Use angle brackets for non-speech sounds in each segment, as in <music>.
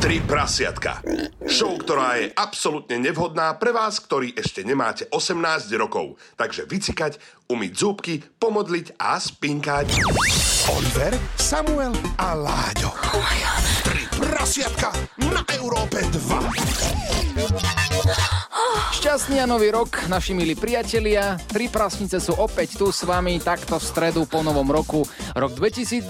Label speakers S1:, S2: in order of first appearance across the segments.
S1: Tri prasiatka. Show, ktorá je absolútne nevhodná pre vás, ktorí ešte nemáte 18 rokov. Takže vycikať, umyť zúbky, pomodliť a spinkať.
S2: Oliver, Samuel a Láďo. Tri prasiatka na Európe 2.
S3: Šťastný a nový rok, naši milí priatelia. Tri prasnice sú opäť tu s vami, takto v stredu po novom roku. Rok 2023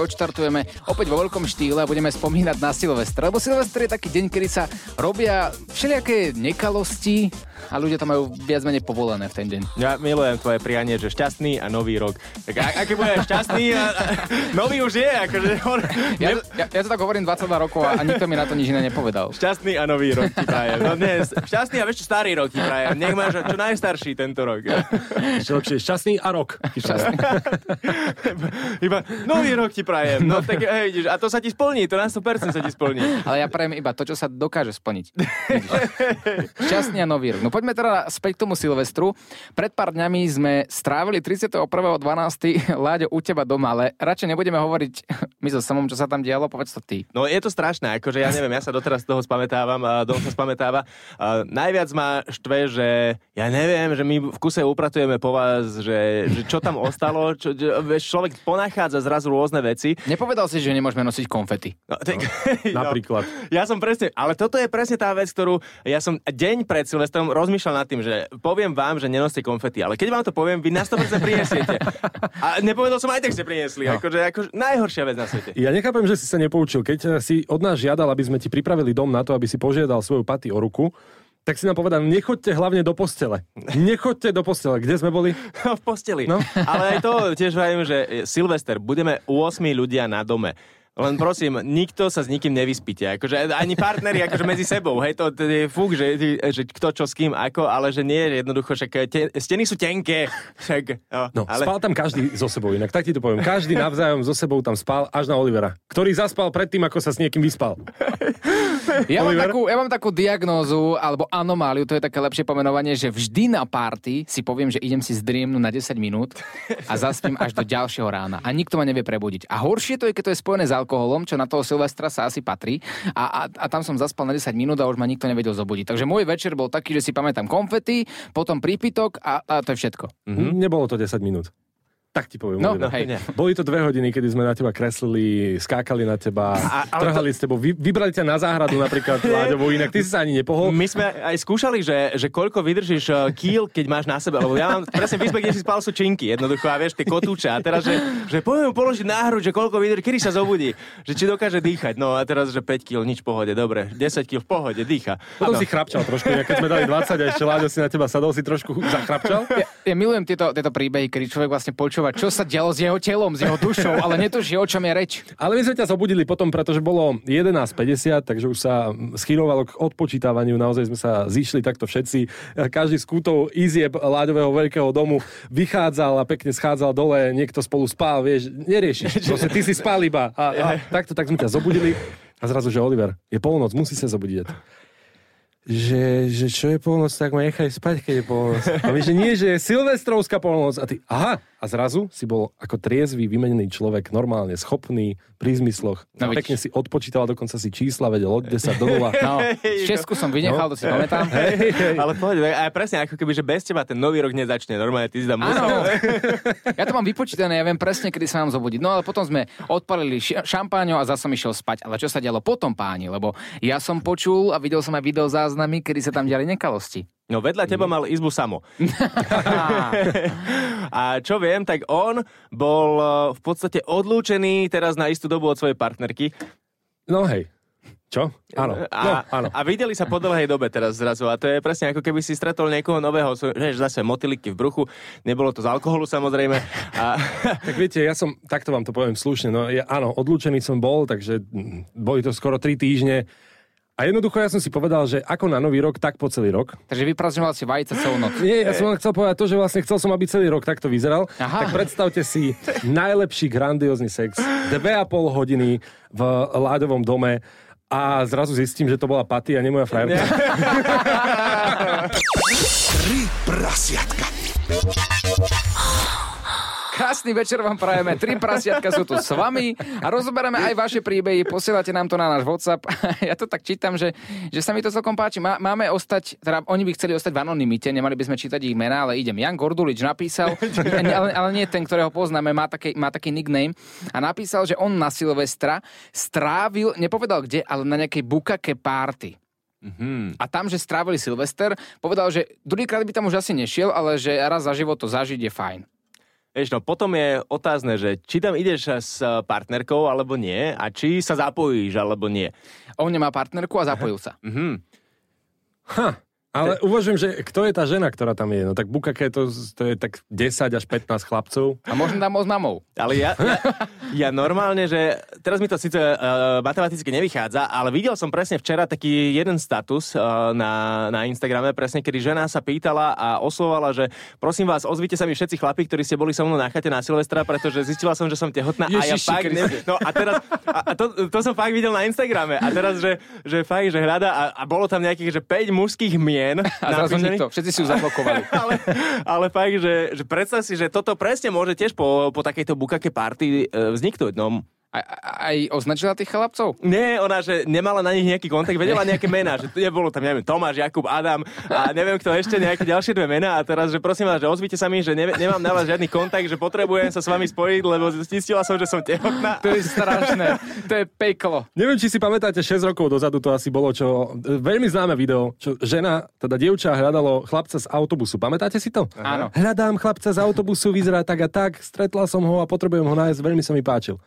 S3: odštartujeme opäť vo veľkom štýle a budeme spomínať na Silvestra. Lebo Silvestr je taký deň, kedy sa robia všelijaké nekalosti a ľudia to majú viac menej povolené v ten deň.
S4: Ja milujem tvoje prianie, že šťastný a nový rok. Tak a- aký bude šťastný a, a nový už je, akože on,
S3: Ja,
S4: ne,
S3: to- ja, ja to tak hovorím 22 rokov a, a nikto mi na to nič iné nepovedal.
S4: šťastný a nový rok ti prajem. No dnes, šťastný a ešte starý rok ti prajem. Nech máš čo najstarší tento rok.
S5: Ešte lepšie, šťastný a rok.
S4: Iba nový rok ti prajem. No tak hej, vidíš, a to sa ti splní, to na 100% sa ti splní.
S3: Ale ja prajem iba to, čo sa dokáže splniť. Vidíš? Šťastný a nový rok. No poďme teda späť k tomu Silvestru. Pred pár dňami sme strávili 31.12. Láďo u teba doma, ale radšej nebudeme hovoriť my so samom, čo sa tam dialo, povedz to ty.
S4: No je to strašné, akože ja neviem, ja sa doteraz z toho spamätávam a dom sa spametáva. A najviac ma štve, že ja neviem, že my v kuse upratujeme po vás, že, že čo tam ostalo, čo, čo, vieš, človek ponachádza zrazu rôzne veci.
S3: Nepovedal si, že nemôžeme nosiť konfety.
S4: <laughs> No, tak,
S5: Napríklad.
S4: Ja som presne, ale toto je presne tá vec, ktorú ja som deň pred Silvestrom rozmýšľal nad tým, že poviem vám, že nenoste konfety, ale keď vám to poviem, vy na 100% prinesiete. A nepovedal som aj tak, ste priniesli. No. Akože, akože najhoršia vec na svete.
S5: Ja nechápem, že si sa nepoučil. Keď eh, si od nás žiadal, aby sme ti pripravili dom na to, aby si požiadal svoju paty o ruku, tak si nám povedal, nechoďte hlavne do postele. Nechoďte do postele. Kde sme boli?
S4: No, <laughs> v posteli. No.
S5: No.
S4: Ale aj to tiež vravím, že e, Silvester, budeme 8 ľudia na dome. Len prosím, nikto sa s nikým nevyspíte. Akože ani partneri akože medzi sebou. Hej, to, to je fúk, že, e, že kto čo s kým ako, ale že nie je jednoducho, však e, te, steny sú tenké. Však,
S5: No, ale... spal tam každý so sebou, inak tak ti to poviem. Každý navzájom so sebou tam spal, až na Olivera, ktorý zaspal predtým, ako sa s niekým vyspal.
S3: Ja mám,
S5: Oliver?
S3: takú, ja mám takú diagnózu, alebo anomáliu, to je také lepšie pomenovanie, že vždy na party si poviem, že idem si zdriemnu na 10 minút a zaspím až do ďalšieho rána. A nikto ma nevie prebudiť. A horšie to je, keď to je spojené s alkoholom, čo na toho Silvestra sa asi patrí. A, a, a tam som zaspal na 10 minút a už ma nikto nevedel zobudiť. Takže môj večer bol taký, že si pamätám konfety, potom prípitok a, a to je všetko.
S5: Mm-hmm. Nebolo to 10 minút. Tak ti poviem.
S3: No,
S5: Oliver.
S3: hej.
S4: nie.
S5: Boli to dve hodiny, kedy sme na teba kreslili, skákali na teba,
S4: A- ale
S5: trhali s tebou, vy, vybrali ťa na záhradu
S4: <laughs>
S5: napríklad Láďovu, inak ty si sa ani nepohol.
S4: My sme aj skúšali, že, že koľko vydržíš eh, kýl, keď máš na sebe, lebo ja mám presne v izbe, kde si spal, sú činky, jednoducho, a vieš, tie kotúče, a teraz, že, že poďme mu položiť na hru, že koľko vydrží, kedy sa zobudí, že či dokáže dýchať, no a teraz, že 5 kg, nič v pohode, dobre, 10 kg v pohode, dýcha.
S5: Potom si chrapčal trošku, inak keď sme dali 20 a ešte Láďo si na teba sadol, si trošku zachrapčal.
S3: Ja, ja milujem tieto, tieto príbehy, kedy človek vlastne počúva, čo sa dialo s jeho telom, s jeho dušou, ale netuší, o čom je reč.
S5: Ale my sme ťa zobudili potom, pretože bolo 11.50, takže už sa schýrovalo k odpočítavaniu, naozaj sme sa zišli takto všetci. Každý z kútov izieb Láďového veľkého domu vychádzal a pekne schádzal dole, niekto spolu spal, vieš, neriešiš, proste ty si spal iba. A, a takto, tak sme ťa zobudili a zrazu, že Oliver, je polnoc, musí sa zobudiť. Že, že čo je polnoc, tak ma nechaj spať, keď je polnoc. A my, že nie, že je silvestrovská polnoc. A ty, aha, a zrazu si bol ako triezvý, vymenený človek, normálne schopný, pri zmysloch.
S3: No, vidíš.
S5: No, pekne si odpočítal, dokonca si čísla vedel od 10 do 0.
S3: No, Česku som vynechal, to si pamätám.
S4: Ale pohode, aj presne ako keby, že bez teba ten nový rok nezačne, normálne ty si tam musel.
S3: Áno. Ja to mám vypočítané, ja viem presne, kedy sa mám zobudiť. No ale potom sme odpalili ši- šampáňo a zase som išiel spať. Ale čo sa dialo potom, páni? Lebo ja som počul a videl som aj video záznamy, kedy sa tam diali nekalosti.
S4: No vedľa teba mal izbu samo. A čo viem, tak on bol eh, v podstate odlúčený teraz na istú dobu od svojej partnerky.
S5: No hej. Čo? Áno.
S4: A,
S5: No, áno.
S4: a videli sa po dlhej dobe teraz zrazu a to je presne ako keby si stretol niekoho nového, sú- že zase motiliky v bruchu, nebolo to z alkoholu samozrejme. A,
S5: <laughs> Tak viete, ja som, takto vám to poviem slušne, no ja, áno, odlúčený som bol, takže mm, boli to skoro 3 týždne. A jednoducho ja som si povedal, že ako na nový rok, tak po celý rok.
S3: Takže vyprazňoval si vajce celú noc.
S5: Nie, ja som len chcel povedať to, že vlastne chcel som, aby celý rok takto vyzeral.
S3: Aha.
S5: Aha. Tak predstavte si najlepší grandiózny sex. Dve a pol hodiny v Láďovom dome a zrazu zistím, že to bola Paty a nie moja frajerka.
S2: Tri prasiatka.
S3: Krásny večer vám prajeme. Tri prasiatka sú tu s vami a rozoberáme aj vaše príbehy. Posielate nám to na náš WhatsApp. <laughs> Ja to tak čítam, že, že sa mi to celkom páči. Má, máme ostať, teda oni by chceli ostať v anonimite, nemali by sme čítať ich mená, ale idem. Jan Gordulič napísal, <laughs> ale, ale nie ten, ktorého poznáme, má taký, má taký nickname a napísal, že on na Silvestra strávil, nepovedal kde, ale na nejakej bukake party.
S4: Mhm.
S3: A tam, že strávili Silvester, povedal, že druhýkrát by tam už asi nešiel, ale že raz za život to zažiť je fajn.
S4: Vieš, no potom je otázne, že či tam ideš s eh, partnerkou alebo nie a či sa zapojíš alebo nie.
S3: On nemá partnerku a zapojil sa.
S5: <laughs> Ale uvažujem, že kto je tá žena, ktorá tam je? No tak Bukake to, to je tak 10 až 15 chlapcov.
S3: A možno tam oznamov.
S4: Ale ja, ja, ja normálne, že teraz mi to síce uh, matematicky nevychádza, ale videl som presne včera taký jeden status uh, na, na Instagrame, presne kedy žena sa pýtala a oslovala, že prosím vás, ozvite sa mi všetci chlapi, ktorí ste boli so mnou na chate na Silvestra, pretože zistila som, že som tehotná a ja
S3: Ježiši
S4: fakt ne...
S3: Kriste.
S4: No a teraz, a, a to, to som fakt videl na Instagrame a teraz, že, že fakt, že hľada a, a bolo tam nejakých, že 5 mužských mien.
S3: A zrazu nikto. Všetci si ju zablokovali.
S4: ale, ale fakt, že, že predstav si, že toto presne môže tiež po, po takejto bukake party e, vzniknúť. No,
S3: Aj, aj označila tých chlapcov?
S4: nie, ona, že nemala na nich nejaký kontakt, vedela nejaké mená, že tu je bolo tam, neviem, Tomáš, Jakub, Adam a neviem kto ešte, nejaké ďalšie dve mená a teraz, že prosím vás, že ozvite sa mi, že ne, nemám na vás žiadny kontakt, že potrebujem sa s vami spojiť, lebo zistila som, že som tehotná.
S3: To je strašné. To je peklo.
S5: Neviem, či si pamätáte, 6 rokov dozadu to asi bolo, čo e, veľmi známe video, čo žena, teda dievča hľadalo chlapca z autobusu. Pamätáte si to?
S3: Áno.
S5: Hľadám chlapca z autobusu, vyzerá tak a tak, stretla som ho a potrebujem ho nájsť, veľmi sa mi páčil.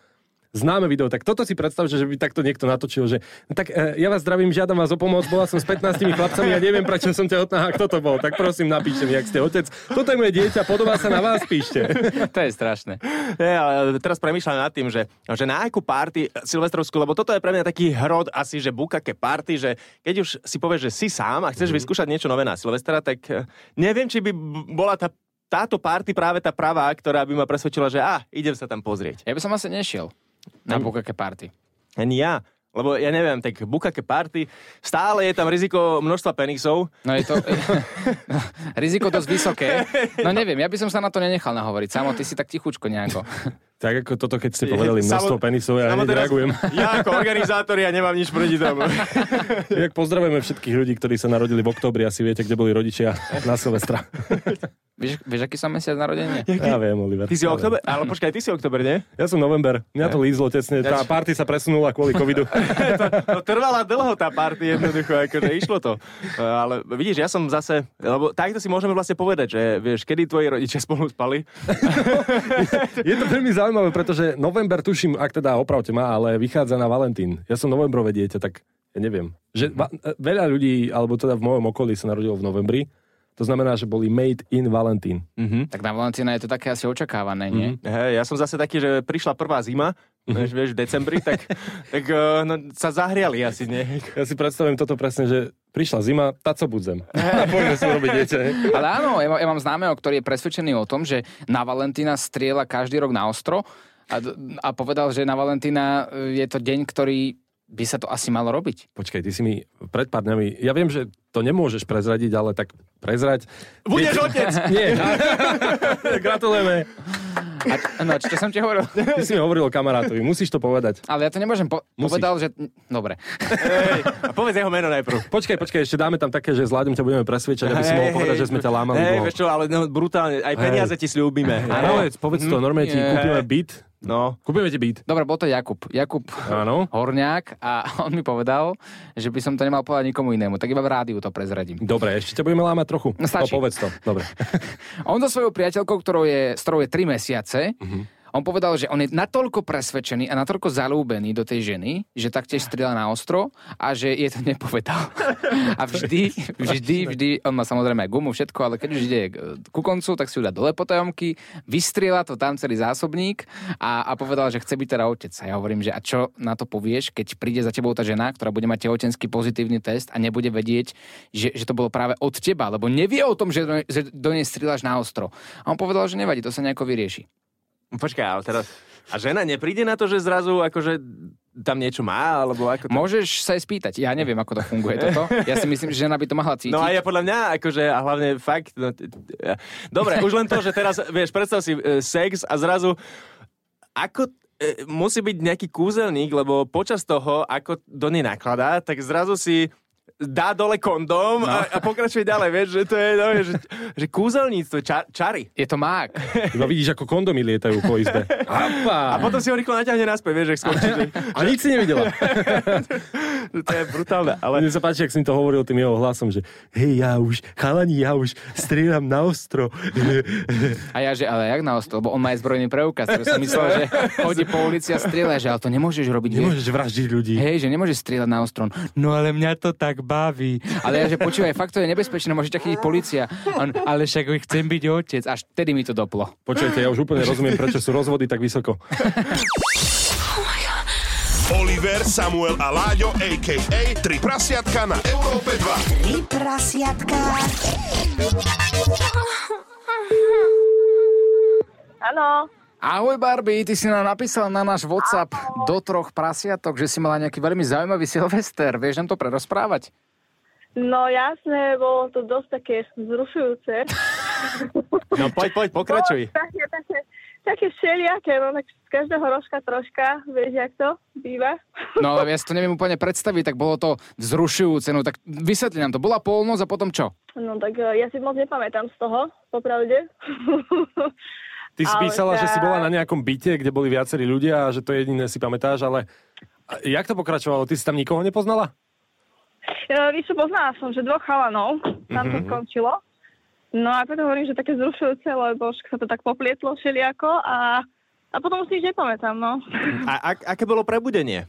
S5: Známe video, tak toto si predstav, že by takto niekto natočil, že no tak e, ja vás zdravím, žiadam vás o pomoc, bola som s 15 chlapcami a ja neviem, prečo som tehotná a kto to bol, tak prosím napíšte mi, ak ste otec. Toto je moje dieťa, podobá sa na vás, píšte.
S3: To je strašné.
S4: Nie, ale teraz premýšľam nad tým, že, že na akú party silvestrovskú, lebo toto je pre mňa taký hrod asi, že bukake party, že keď už si povieš, že si sám a chceš
S5: Mhm.
S4: vyskúšať niečo nové na Silvestra, tak eh, neviem, či by b- bola tá táto party práve tá pravá, ktorá by ma presvedčila, že a, idem sa tam pozrieť.
S3: Ja by som asi nešiel na bukaké party.
S4: Ani ja. Lebo ja neviem, tak bukake party, stále je tam riziko množstva penisov.
S3: No je to... <laughs> Riziko dosť vysoké. No neviem, ja by som sa na to nenechal nahovoriť. Samo, ty si tak tichučko nejako. <laughs>
S5: Tak ako toto, keď ste povedali množstvo
S4: Samo-
S5: penisov, ja
S4: Samo
S5: hneď
S4: teraz-
S5: reagujem.
S4: Ja ako organizátor, ja nemám nič proti
S5: <laughs>
S4: tomu.
S5: Inak pozdravujeme všetkých ľudí, ktorí sa narodili v októbri, asi viete, kde boli rodičia
S4: <laughs>
S5: na Silvestra.
S3: Vieš, vieš aký som mesiac narodenia?
S5: Ja viem, Oliver.
S4: Ty si
S5: ja viem.
S4: oktober, ale počkaj, ty si oktober, nie?
S5: Ja som november. Mňa to lízlo tesne.
S4: Ja-
S5: Tá party sa presunula
S4: <laughs>
S5: kvôli covidu.
S4: to trvala dlho tá party jednoducho, akože išlo to. E, Ale vidíš, ja som zase, lebo takto si môžeme vlastne povedať, že vieš, kedy tvoji rodičia spolu
S5: <laughs>
S4: spali.
S5: Je to veľmi zaujímavé, pretože november, tuším, ak teda opravte ma, ale vychádza na Valentín. Ja som novembrové dieťa, tak ja neviem.
S4: Mhm.
S5: Že va- e, veľa ľudí, alebo teda v mojom okolí sa narodilo v novembri. To znamená, že boli made in Valentín.
S4: Mhm.
S3: Tak na Valentína je to také asi očakávané, nie?
S4: Hej, ja som zase taký, že prišla prvá zima, vieš, vieš v decembri, tak, tak e, no, sa zahriali asi, nie?
S5: Ja si predstavím toto presne, že prišla zima, tá co budzem. <laughs> A poďme si urobiť dieťa. hej.
S3: Ale áno, ja, má- ja mám známeho, ktorý je presvedčený o tom, že na Valentína strieľa každý rok na ostro a, d- a povedal, že na Valentína e, je to deň, ktorý by sa to asi malo robiť.
S5: Počkaj, ty si mi pred pár dňami... Ja viem, že to nemôžeš prezradiť, ale tak prezrať...
S4: Budeš
S5: Deti-
S4: otec!
S5: <laughs> Nie, gratulujeme.
S3: A, no, čo som ti hovoril?
S5: Ty si mi hovoril o kamarátovi, musíš to povedať.
S3: Ale ja to nemôžem po-
S5: Musíš.
S3: povedal, že... Dobre.
S4: <laughs> Hej, a povedz jeho meno najprv.
S5: Počkaj, počkaj, ešte dáme tam také, že s Láďom ťa budeme presvedčať, aby si
S4: Hej,
S5: mohol povedať,
S4: hej,
S5: že sme ťa lámali.
S4: Hej,
S5: dlho.
S4: vieš čo, ale no, brutálne, aj peniaze ti slúbime.
S5: Áno, povedz, povedz to, normálne ti
S3: Nie.
S5: kúpime byt.
S4: Hm? No.
S5: Kúpime ti byt.
S3: Dobre, bol to Jakub. Jakub
S5: Áno.
S3: Horňák a <laughs> on mi povedal, že by som to nemal povedať nikomu inému. Tak iba v rádiu to prezradím.
S5: Dobre, ešte ťa budeme lámať trochu.
S3: No, stačí.
S5: No, povedz to. Dobre.
S3: On so svojou priateľkou, ktorou je, s ktorou je 3 mesiace, on povedal, že on je natoľko presvedčený a natoľko zalúbený do tej ženy, že taktiež strieľa na ostro a že je to nepovedal. A vždy, vždy, vždy, on má samozrejme aj gumu, všetko, ale keď už ide k- ku koncu, tak si ju dá dole po tajomky, vystrieľa to tam celý zásobník a, a povedal, že chce byť teda otec. A ja hovorím, že a čo na to povieš, keď príde za tebou tá žena, ktorá bude mať tehotenský pozitívny test a nebude vedieť, že, že to bolo práve od teba, lebo nevie o tom, že do, že do nej strieľaš na ostro. A on povedal, že nevadí, to sa nejako vyrieši.
S4: Počkaj, ale teraz... A žena nepríde na to, že zrazu akože tam niečo má, alebo ako to...
S3: Môžeš sa aj spýtať. Ja neviem, ako to funguje toto. Ja si myslím, že žena by to mohla cítiť.
S4: No a ja podľa mňa, akože, a hlavne fakt... No, t- t- ja. Dobre, už len to, že teraz, vieš, predstav si e, sex a zrazu... Ako e, musí byť nejaký kúzelník, lebo počas toho, ako do nej nakladá, tak zrazu si dá dole kondóm no. a, a pokračuje ďalej, vieš, že to je, no, že, že kúzelníctvo, čar, čary.
S3: Je to mák.
S5: Iba vidíš, ako kondomy lietajú po
S3: <laughs>
S5: izbe.
S4: A
S5: Hapa!
S4: potom si ho rýchlo naťahne naspäť, vieš, že skončí, že,
S5: A nič si nevidela.
S4: že to je brutálne, ale...
S5: Mne sa páči, ak som to hovoril tým jeho hlasom, že hej, ja už, chalani, ja už strieľam na ostro. <laughs>
S3: A ja, že ale jak na ostro, lebo on má aj zbrojný preukaz, ktorý som myslel, že chodí po ulici a strieľa, že ale to nemôžeš robiť. Vieš?
S5: Nemôžeš vraždiť ľudí.
S3: Hej, že nemôžeš strieľať na ostron.
S6: No ale mňa to tak baví.
S3: Ale ja, že počúvaj, fakt to je nebezpečné, môže ťa chytiť policia. On,
S6: Ale však chcem byť otec.
S3: až vtedy mi to doplo.
S5: Počujete, ja už úplne rozumiem, prečo sú rozvody tak vysoko.
S1: Oliver, Samuel a Láďo, a.k.a. Tri prasiatka na Európe 2.
S7: Tri prasiatka.
S8: Áno,
S3: Ahoj Barbie, ty si nám napísal na náš WhatsApp do troch prasiatok, že si mala nejaký veľmi zaujímavý Silvester. Vieš nám to prerozprávať?
S8: no jasné, bolo to dosť také zrušujúce.
S4: No poď, poď, pokračuj.
S8: Bolo No, Také, také, také všelijaké, no tak z každého rožka troška, vieš, jak to býva.
S3: No ale ja si to neviem úplne predstaviť, tak bolo to vzrušujúce. No tak vysvetli nám to. Bola polnoc a potom čo?
S8: No tak e, ja si moc nepamätám z toho, popravde. <laughs>
S5: Ty si
S8: Ale
S5: písala, že si
S8: tak.
S5: bola na nejakom byte, kde boli viacerí ľudia a že to jediné si pamätáš, ale a jak to pokračovalo? Ty si tam nikoho nepoznala?
S8: Ja, No, Víš čo, poznala som, že dvoch chalanov, tam to skončilo. No a preto hovorím, že také zrušujúce, lebo už sa to tak poplietlo všelijako a, a potom už si nič nepamätám, no.
S4: A, a aké bolo prebudenie?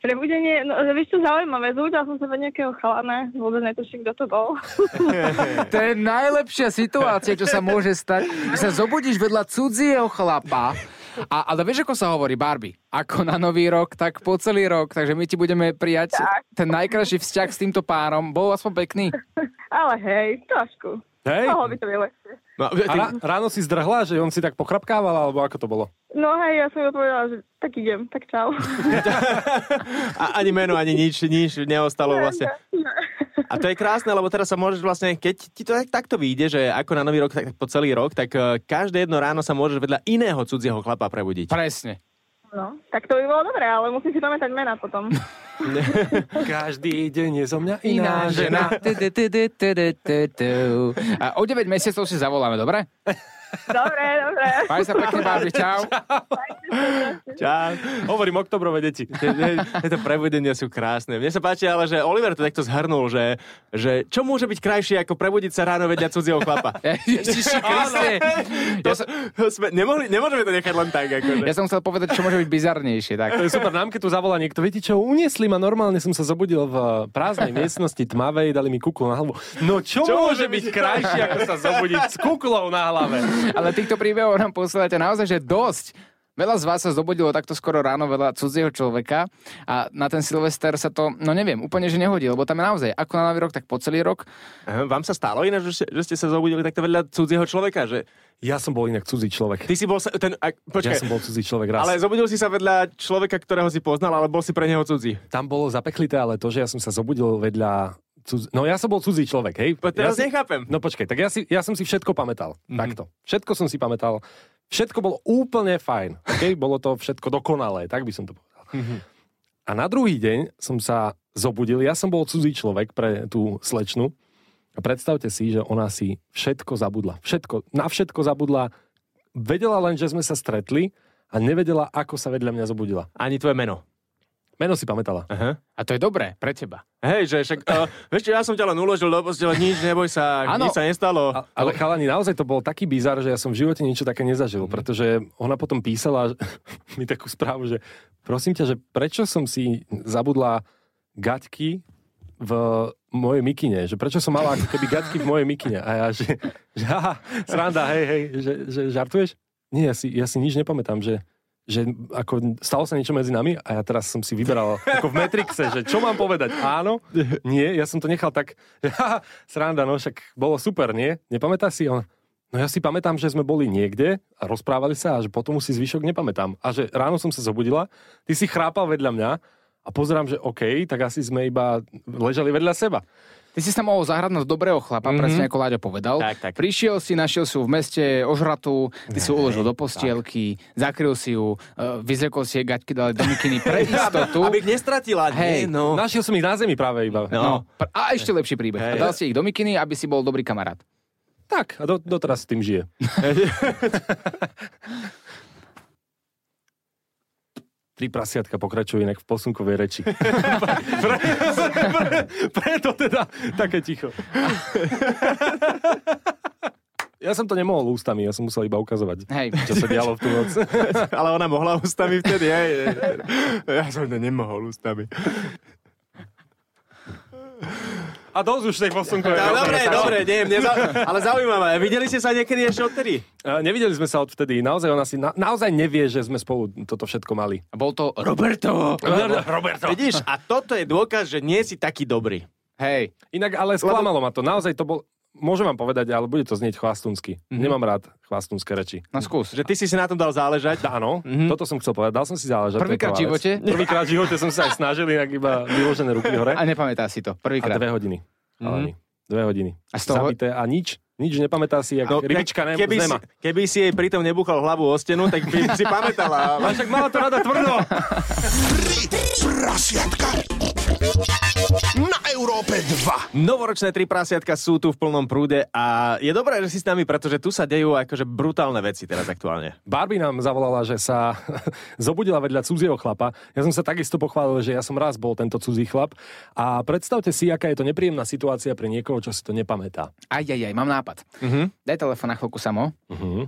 S8: Prebudenie, no vieš čo zaujímavé, zúdala som sa do nejakého chalana, vôbec netuším, kto to bol. <laughs>
S3: To je najlepšia situácia, čo sa môže stať. Že sa zobudíš vedľa cudzieho chlapa. A, ale vieš, ako sa hovorí Barbie? Ako na nový rok, tak po celý rok. Takže my ti budeme prijať
S8: Tak.
S3: ten najkrajší vzťah s týmto párom. Bol aspoň pekný?
S8: Ale hej, trošku.
S5: Hej?
S8: Mohlo by to byť lepšie.
S4: No,
S5: A ra- ráno si zdrhla, že on si tak pochrapkával, alebo ako to bolo?
S8: No hej, ja som mu povedala, že tak idem, tak <laughs> čau.
S4: A ani meno, ani nič, nič neostalo vlastne. A to je krásne, lebo teraz sa môžeš vlastne, keď ti to tak, takto vyjde, že ako na nový rok, tak, tak po celý rok, tak eh, každé jedno ráno sa môžeš vedľa iného cudzieho chlapa prebudiť.
S3: Presne.
S8: No, tak to by bolo dobré, ale musím si pamätať mená potom. <laughs>
S5: Každý deň je zo mňa
S3: Iná žena. Tu, tu, tu, tu, tu, tu, tu, tu. A o 9 mesiacov si zavoláme, dobre?
S8: Dobre, dobre.
S3: Maj sa pekne, Barbie, čau.
S4: Čau.
S5: Hovorím oktobrové deti.
S4: Tie- tie- Tieto prebudenia sú krásne. Mne sa páči, ale že Oliver to takto zhrnul, že, že čo môže byť krajšie, ako prebudiť sa ráno vedľa cudzieho chlapa.
S3: <laughs> Ježiši Kriste.
S4: To, sme, nemohli, nemôžeme to nechať len tak. Akože.
S3: Ja som chcel povedať, čo môže byť bizarnejšie. Tak.
S5: To je super, nám keď tu zavolá niekto, viete čo, uniesli ma, normálne som sa zobudil v eh, prázdnej miestnosti tmavej, dali mi kuklu na hlavu. No čo, čo môže byť krajšie, ako sa zobudiť s kuklou na hlave?
S3: Ale týchto príbehov nám posielate naozaj, že dosť. Veľa z vás sa zobudilo takto skoro ráno veľa cudzieho človeka a na ten Silvester sa to, no neviem, úplne že nehodí, lebo tam je naozaj ako na nový rok, tak po celý rok.
S4: Aha, Vám sa stalo ináč, že, ste- že ste sa zobudili takto vedľa cudzieho človeka? Že,
S5: Ja som bol inak cudzí človek.
S4: ty si bol sa, ten, a, počkaj,
S5: Ja som bol cudzí človek raz.
S4: Ale zobudil si sa vedľa človeka, ktorého si poznal, ale bol si pre neho cudzí.
S5: Tam bolo zapechlité, ale to, že ja som sa zobudil vedľa... Cudz... No ja som bol cudzí človek, hej?
S4: Po- teraz
S5: ja si...
S4: nechápem.
S5: No počkaj, tak ja, si, ja som si všetko pamätal. Mm-hmm. Takto. Všetko som si pamätal. Všetko bolo úplne fajn. Okay? Bolo to všetko dokonalé, tak by som to povedal. Mm-hmm. A na druhý deň som sa zobudil. Ja som bol cudzí človek pre tú slečnu. A predstavte si, že ona si všetko zabudla. Všetko, na všetko zabudla. Vedela len, že sme sa stretli a nevedela, ako sa vedľa mňa zobudila.
S4: Ani tvoje meno.
S5: Meno si pamätala.
S4: Aha.
S3: A to je dobré pre teba.
S4: Hej, že <laughs> však, uh, vieš čo, ja som ťa len uložil do postele, nič, neboj sa,
S3: Áno.
S4: nič sa nestalo.
S5: A- Ale chalani, naozaj to bol taký bizar, že ja som v živote niečo také nezažil, pretože ona potom písala že- <laughs> mi takú správu, že prosím ťa, že prečo som si zabudla gaťky v mojej mikine, že prečo som mala ako keby gaťky v mojej mikine a ja, že, <laughs> že aha, sranda, hej, hej, že, že žartuješ? Nie, ja si, ja si nič nepamätám, že že ako stalo sa niečo medzi nami a ja teraz som si vyberal ako v Matrixe, že čo mám povedať, áno, <laughs> nie, ja som to nechal tak, že haha, sranda, no však bolo super, nie? Nepamätáš si? A On, No ja si pamätám, že sme boli niekde a rozprávali sa a že potom už si zvyšok nepamätám. A že ráno som sa zobudila, ty si chrápal vedľa mňa a pozerám, že OK, tak asi sme iba ležali vedľa seba.
S3: Ty si sa mohol zahrať na dobrého chlapa, mm-hmm. presne ako Láďo povedal.
S4: Mhm. Tak, tak.
S3: Prišiel si, našiel si ju v meste ožratú, ty si ju uložil do postielky, zakryl si ju, e, vyzrekol si jej gaťky, dali do mikiny pre istotu.
S4: <laughs> Aby ich nestratila.
S3: Hej,
S4: nie, no.
S5: Našiel som ich na zemi práve iba.
S4: no.
S3: Pr- A ešte lepší príbeh.
S4: Hej.
S3: Dal si ich do mikiny, aby si bol dobrý kamarát.
S5: Tak, a do, doteraz s tým žije. Tri prasiatka pokračujú inak v posunkovej reči. pre, pre, preto teda také ticho. ja som to nemohol ústami, ja som musel iba ukazovať,
S3: Hej.
S5: čo sa dialo v tú noc.
S4: <laughs> Ale ona mohla ústami vtedy, hej. Ja som to nemohol ústami.
S5: A dosť už tej posunkovej
S4: No,
S5: reči.
S4: dobre, dobre, nie, mne za... ale zaujímavé. Videli ste sa niekedy ešte odtedy?
S5: A Nevideli sme sa odvtedy, naozaj ona si na, naozaj nevie, že sme spolu toto všetko mali.
S3: A bol to Roberto.
S5: Roberto.
S4: Vidíš, a toto je dôkaz, že nie si taký dobrý.
S3: Hej,
S5: Inak ale sklamalo ma to. Naozaj to bol... Môžem vám povedať, ale bude to znieť
S3: Mhm.
S5: chvastunsky. Mm-hmm. Nemám rád chvastunské reči.
S3: no skús.
S4: Že ty si si na tom dal záležať.
S5: Áno, mm-hmm. toto som chcel povedať. Dal som si záležať. to je
S3: Prvýkrát
S5: prvá
S3: Mhm. v živote?
S5: vec. Prvýkrát v živote som sa aj snažil, inak iba vyložené ruky hore.
S3: A nepamätá si to.
S5: A
S3: Prvýkrát.
S5: dve hodiny. Mm-hmm. Dve hodiny.
S3: A z toho-
S5: Zabité a nič. Nič nepamätá si, ako no, rybička ne,
S4: keby,
S5: z
S4: si,
S5: nema.
S4: keby si jej pritom nebuchal hlavu o stenu, tak by si pamätala. <laughs> Ale však mala to rada tvrdo.
S2: Prasiatka na Európe 2.
S4: Novoročné tri prasiatka sú tu v plnom prúde a je dobré, že si s nami, pretože tu sa dejú akože brutálne veci teraz aktuálne.
S5: Barbie nám zavolala, že sa <laughs> zobudila vedľa cudzieho chlapa. Ja som sa takisto pochválil, že ja som raz bol tento cudzí chlap. A predstavte si, aká je to nepríjemná situácia pre niekoho, čo si to nepamätá.
S3: Aj, aj, aj, mám nápad.
S5: Mhm.
S3: Uh-huh. Daj telefón na chvíľku samo. Uh-huh.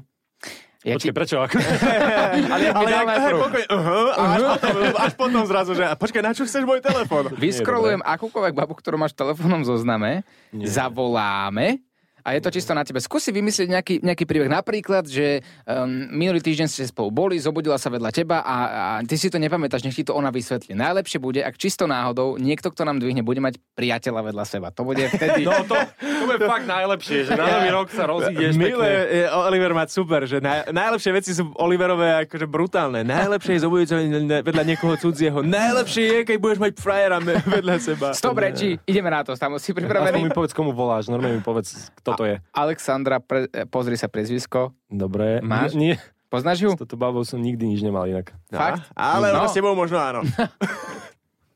S3: Ja ti...
S5: Počkej, prečo?
S3: <laughs>
S5: Ako...
S4: Ale, ale
S3: dal
S4: jak, hej,
S3: najprv.
S4: pokoj, uh-huh, a až, potom, až potom zrazu, že a počkaj, na čo chceš môj telefón?
S3: Vyskrolujem akúkoľvek babu, ktorú máš v telefónnom zozname, Nie. zavoláme a je to čisto na tebe. Skúsi vymyslieť nejaký, nejaký príbeh. Napríklad, že um, minulý týždeň ste spolu boli, zobudila sa vedľa teba a, a ty si to nepamätáš, nech ti to ona vysvetlí. Najlepšie bude, ak čisto náhodou niekto, kto nám dvihne, bude mať priateľa vedľa seba. To bude vtedy...
S5: <laughs> No to, to bude fakt najlepšie, že na nový rok sa rozídeš
S4: Milé
S5: pekne.
S4: je Oliver mať super, že naj, najlepšie veci sú Oliverové akože brutálne. Najlepšie je zobudiť sa vedľa niekoho cudzieho. Najlepšie je, keď budeš mať frajera me- vedľa seba.
S3: Stop rečí, ideme na to, tam si
S5: Aspoň Vlastne mi
S3: pripravený.
S5: povedz, komu voláš, normálne mi povedz, kto to je.
S3: Alexandra, pre, eh, pozri sa priezvisko.
S5: Dobre.
S3: Máš?
S5: Nie,
S3: Poznáš ju?
S5: s toto babou som nikdy nič nemal inak.
S3: Fakt?
S4: Ale
S3: No.
S4: no. s tebou možno áno.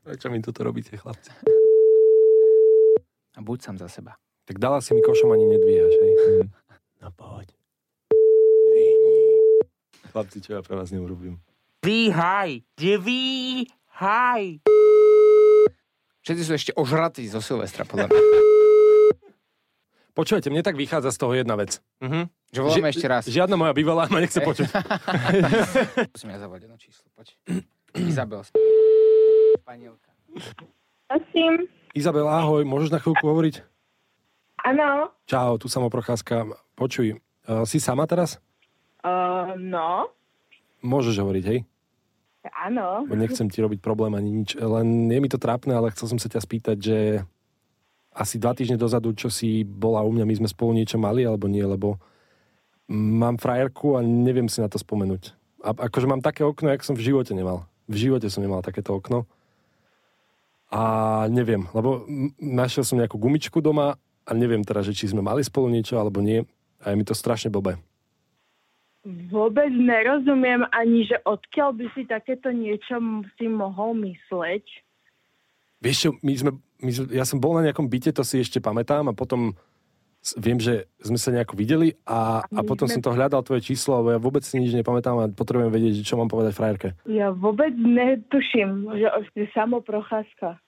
S5: Prečo mi toto robíte, chlapci?
S3: A buď sám za seba.
S5: Tak dala si mi košom ani nedvíhaš, hej?
S4: No poď.
S5: Chlapci, čo ja pre vás neurobím?
S3: Všetci sú ešte ožratí zo Silvestra, podľa <laughs> mňa.
S5: Počujete, mne tak vychádza z toho jedna vec.
S3: Že voláme ešte raz.
S5: Žiadna moja bývalá ma nechce počuť.
S3: Musím ja zavolať jedno číslo, poď. <clears throat> Izabel. Španielka.
S8: Prosím,
S5: Izabel, ahoj, môžeš na chvíľku hovoriť?
S8: áno.
S5: Čau, tu samoprocházka. Počuj, uh, si sama teraz?
S8: Uh, no,
S5: Môžeš hovoriť, hej?
S8: áno.
S5: Bo No nechcem ti robiť problém ani nič. Len je mi to trápne, ale chcel som sa ťa spýtať, že asi dva týždne dozadu, čo si bola u mňa, my sme spolu niečo mali, alebo nie, lebo mám frajerku a neviem si na to spomenúť. A akože mám také okno, jak som v živote nemal. V živote som nemal takéto okno. A neviem, lebo m- našiel som nejakú gumičku doma a neviem teraz, že či sme mali spolu niečo, alebo nie. A je mi to strašne blbé.
S8: Vôbec nerozumiem ani, že odkiaľ by si takéto niečo si mohol mysleť.
S5: Vieš čo, my sme, my sme, ja som bol na nejakom byte, to si ešte pamätám a potom s- viem, že sme sa nejako videli a, a
S8: my
S5: potom
S8: sme-
S5: som to hľadal tvoje číslo, lebo ja vôbec si nič nepamätám a potrebujem vedieť, že čo mám povedať frajerke.
S8: Ja vôbec netuším, že je samo procházka.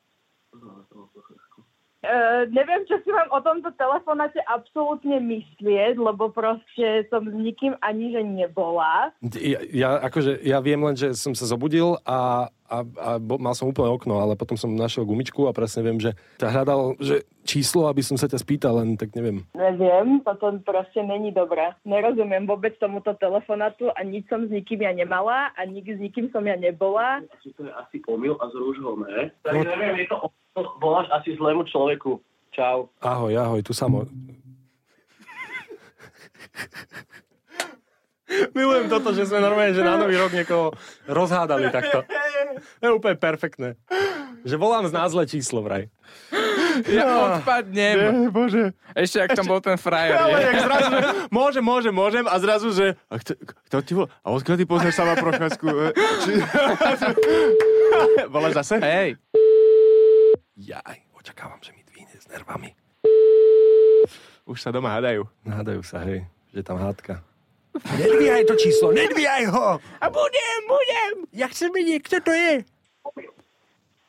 S8: E, neviem, čo si mám o tomto telefonáte absolútne myslieť, lebo proste som s nikým ani že nebola.
S5: Ja, ja, akože, ja viem len, že som sa zobudil a, a, a bo, mal som úplne okno, ale potom som našiel gumičku a presne viem, že ťa hľadal že číslo, aby som sa ťa spýtal, len tak neviem.
S8: Neviem, toto proste není dobré. Nerozumiem vôbec tomuto telefonátu a nič som s nikým ja nemala a nik s nikým som ja nebola.
S7: že to je asi omyl a z rúžho ne. Tak neviem, je to omyl, voláš asi zlému človeku. Čau.
S5: Ahoj, ahoj, tu samo. Milujem <laughs> toto, že sme normálne, že na nový rok niekoho rozhádali takto. To je úplne perfektné. Že volám z názle číslo vraj.
S3: Ja odpadnem.
S4: Bože.
S3: Ešte ak tam bol ten frajer.
S4: Ale
S3: nie?
S4: jak zrazu, že môžem, môžem, môžem a zrazu, že a kto, kto ti bol? A odkiaľ ty poznáš sama procházku? E, Či... Bola zase?
S3: Hej.
S5: Jaj, očakávam, že mi dvíne s nervami.
S4: Už sa doma hádajú.
S5: Hádajú sa, hej, že tam hádka. Nedvíjaj to číslo, nedvíjaj ho!
S4: A budem, budem! Ja chcem vidieť, kto to je.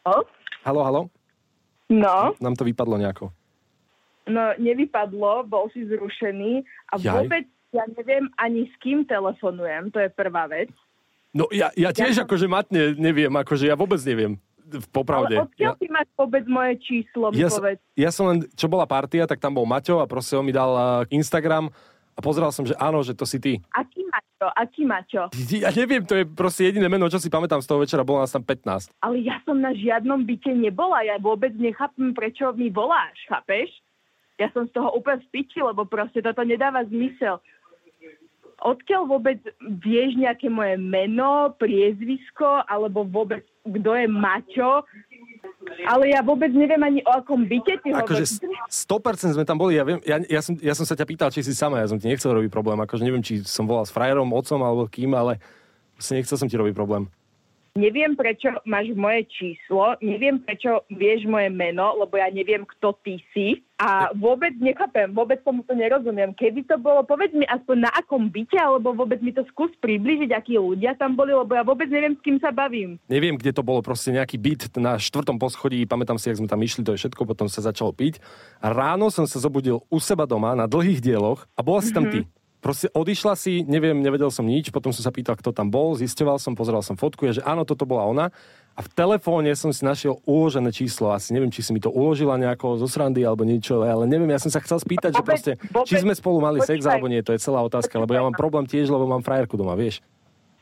S8: No,
S5: Halo, halo,
S8: no,
S5: nám to vypadlo nejako.
S8: no nevypadlo, bol si zrušený a
S5: Jaj.
S8: vôbec ja neviem ani s kým telefonujem, to je prvá vec.
S5: No ja, ja tiež akože matne neviem, akože ja vôbec neviem. V popravde.
S8: Ale odkiaľ
S5: Ja-
S8: ty máš vôbec moje číslo, mi
S5: ja, som-
S8: povedz.
S5: ja som len, čo bola partia, tak tam bol Maťo a proste on mi dal eh, Instagram a pozeral som, že áno, že to si ty.
S8: Aký Maťo, aký Maťo?
S5: Ja neviem, to je proste jediné meno, čo si pamätám z toho večera, bolo nás tam 15.
S8: Ale ja som na žiadnom byte nebola, ja vôbec nechápem, prečo mi voláš, chápeš? Ja som z toho úplne v piči, lebo proste toto nedáva zmysel. Odkiaľ vôbec vieš nejaké moje meno, priezvisko, alebo vôbec kto je Maťo? Ale ja vôbec neviem ani o akom byte ty
S5: Akože
S8: hovoríš.
S5: s- 100% sme tam boli, ja, viem, ja, ja, som, ja som sa ťa pýtal, či si sama, ja som ti nechcel robiť problém, akože neviem, či som volal s frajerom, otcom alebo kým, ale proste nechcel som ti robiť problém.
S8: Neviem, prečo máš moje číslo, neviem, prečo vieš moje meno, lebo ja neviem, kto ty si. A vôbec nechápem, vôbec tomu to nerozumiem. Kedy to bolo, povedz mi aspoň na akom byte, alebo vôbec mi to skús približiť, akí ľudia tam boli, lebo ja vôbec neviem, s kým sa bavím.
S5: Neviem, kde to bolo, proste nejaký byt na štvrtom poschodí, pamätám si, jak sme tam išli, to je všetko, potom sa začalo piť. A ráno som sa zobudil u seba doma na dlhých dieloch a bola si tam ty. Proste odišla si, neviem, nevedel som nič, potom som sa pýtal, kto tam bol, zisteval som, pozeral som fotku, je, že áno, toto bola ona. A v telefóne som si našiel uložené číslo, asi neviem, či si mi to uložila nejako zo srandy alebo niečo, ale neviem, ja som sa chcel spýtať, že
S8: Vôbec-
S5: proste, či
S8: vôbec-
S5: sme spolu mali sex
S8: počkaj.
S5: alebo nie, to je celá otázka, lebo ja mám problém tiež, lebo mám frajerku doma, vieš.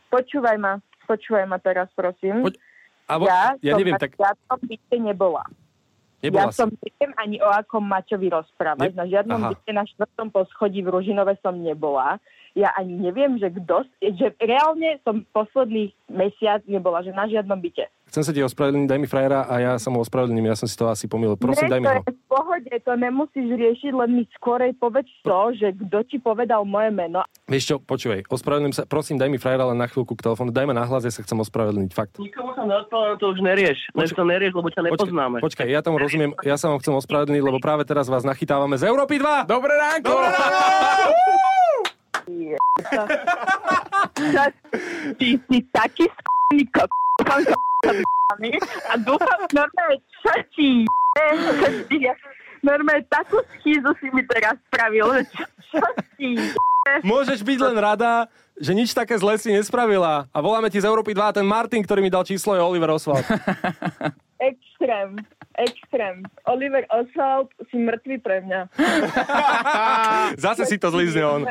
S8: Počúvaj ma, počúvaj ma teraz, prosím.
S5: Poď- Alebo, ja, ja
S8: som
S5: neviem,
S8: na
S5: tak
S8: žiadnom byte nebola.
S5: nebola
S8: ja som neviem ani o akom Maťovi rozprávať.
S5: Ne-
S8: Na žiadnom
S5: Aha.
S8: byte na štvrtom poschodí v Ružinove som nebola. Ja ani neviem, že kto... Že reálne som posledných mesiac nebola, že na žiadnom byte.
S5: Chcem sa ti ospravedlniť, daj mi frajera a ja sa mu ospravedlním, ja som si to asi pomýlil. Prosím,
S8: ne,
S5: daj mi
S8: to
S5: ho.
S8: je v pohode, to nemusíš riešiť, len mi skorej povedz to, že kto ti povedal moje meno.
S5: Vieš čo, počúvaj, ospravedlním sa, prosím, daj mi frajera len na chvíľku k telefónu, daj ma na hlas, ja sa chcem ospravedlniť, fakt.
S7: Nikomu som neodpovedal, to už nerieš. Len to nerieš, lebo ťa nepoznáme.
S5: počkaj, ja tomu rozumiem, ja sa vám chcem ospravedlniť, lebo práve teraz vás nachytávame z Európy 2!
S3: Dobré ránko!
S8: Čas, ty si taký skurný kok. Som sa s***ami a dúfam, normálne, čo ti je, čo ti je. Normálne, takú schizu si mi teraz spravil, že čo, čo ti je.
S5: Môžeš byť len rada, že nič také zlé si nespravila. A voláme ti z Európy 2 a ten Martin, ktorý mi dal číslo, je Oliver Oswald.
S8: Extrém, extrém. Oliver Oswald si mŕtvý pre mňa.
S5: Zase si to zlízne on.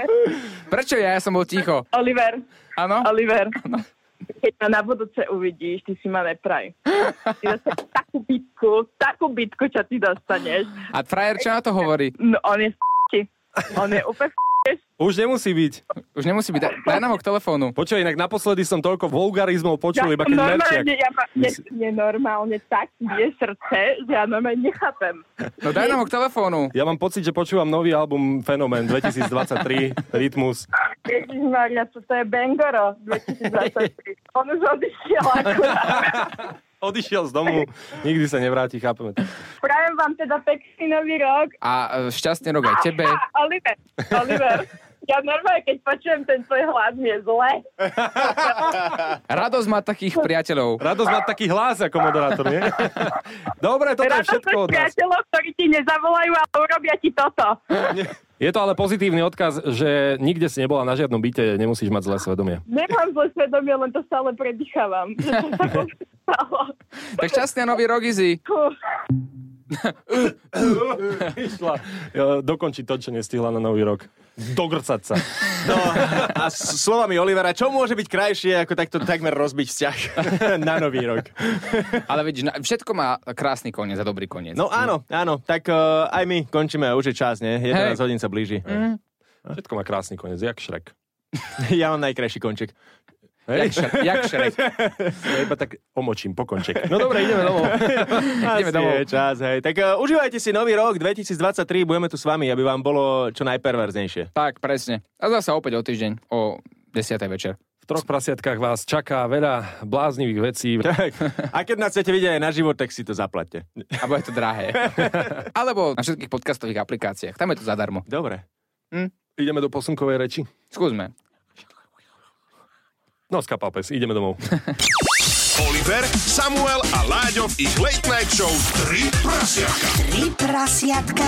S3: Prečo ja? Ja som bol ticho.
S8: Oliver,
S3: Áno?
S8: Oliver, keď ma na budúce uvidíš, ty si ma nepraj. Ty dostaneš takú bitku, takú bitku, čo ty dostaneš.
S3: A frajer čo na to hovorí?
S8: No, on je v p***ti. On je úplne v p***ti.
S5: Už nemusí byť.
S3: Už nemusí byť. Daj, daj nám ho k telefónu.
S5: Počuj, inak naposledy som toľko vulgarizmov počul, iba
S8: som
S5: keď Merčiak.
S8: normálne, ja ma, mne, mne normálne tak bije srdce, že ja normálne nechápem.
S3: No daj nám ho k telefónu.
S5: Ja mám pocit, že počúvam nový album
S8: <laughs>
S5: Fenomén 2023, Rytmus.
S8: Ježišmarja, to, to je Bengoro 2023. On už odišiel akurát.
S5: Odišiel z domu, nikdy sa nevráti, chápeme. to.
S8: Prajem vám teda pekný nový rok.
S3: A e, šťastný rok aj tebe.
S8: Á, Oliver, Oliver. Ja normálne, keď počujem ten tvoj hlas, mi je zle.
S3: Radosť má takých priateľov.
S5: Radosť mať taký hlas ako moderátor, nie? Dobre, toto je
S8: Rada som
S5: všetko od nás.
S8: priateľov, ktorí ti nezavolajú a urobia ti toto.
S5: Je to ale pozitívny odkaz, že nikde si nebola na žiadnom byte, nemusíš mať zlé svedomie.
S8: Nemám zle svedomie, len to stále predýchávam. Že to
S5: <laughs>
S8: sa vôbec stalo.
S3: Tak šťastný nový rok, Izzy.
S8: Ku.
S5: Išla e, dokončiť to, čo nestihla na nový rok. Dogrcať <laughs> sa.
S4: No a s slovami Olivera, čo môže byť krajšie, ako takto takmer rozbiť
S5: <laughs>
S4: vzťah na nový rok?
S3: Ale vidíš, na- všetko má krásny koniec a dobrý koniec.
S4: eh, No áno, áno, tak uh, aj my končíme, už je čas, nie? 11
S3: Hej.
S4: hodín sa blíži. Mm.
S5: Všetko má krásny koniec, jak šrek.
S4: Ja mám najkrajší konček.
S3: Jak, šre, jak <laughs> šrek.
S5: Ja iba tak omočím pokonček. No dobre, ideme
S3: <laughs>
S5: domov.
S4: Ideme
S3: domov.
S4: Je čas, hej. Tak uh, užívajte si nový rok 2023, budeme tu s vami, aby vám bolo čo najperverznejšie.
S3: Tak, presne. A zase opäť o týždeň, o 10. večer.
S5: V troch prasiatkách vás čaká veľa bláznivých vecí.
S4: Tak. A keď nás chcete vidieť aj na život, tak si to zaplatte.
S3: A bude to drahé. Alebo na všetkých podcastových aplikáciách. Tam je to zadarmo.
S4: Dobre.
S5: Hm? Ideme do posunkovej reči.
S3: Skúsme.
S5: No, skapal pes, ideme domov.
S1: Oliver, Samuel a Láďov ich Late Night Show 3 prasiaka.
S9: Tri prasiatka.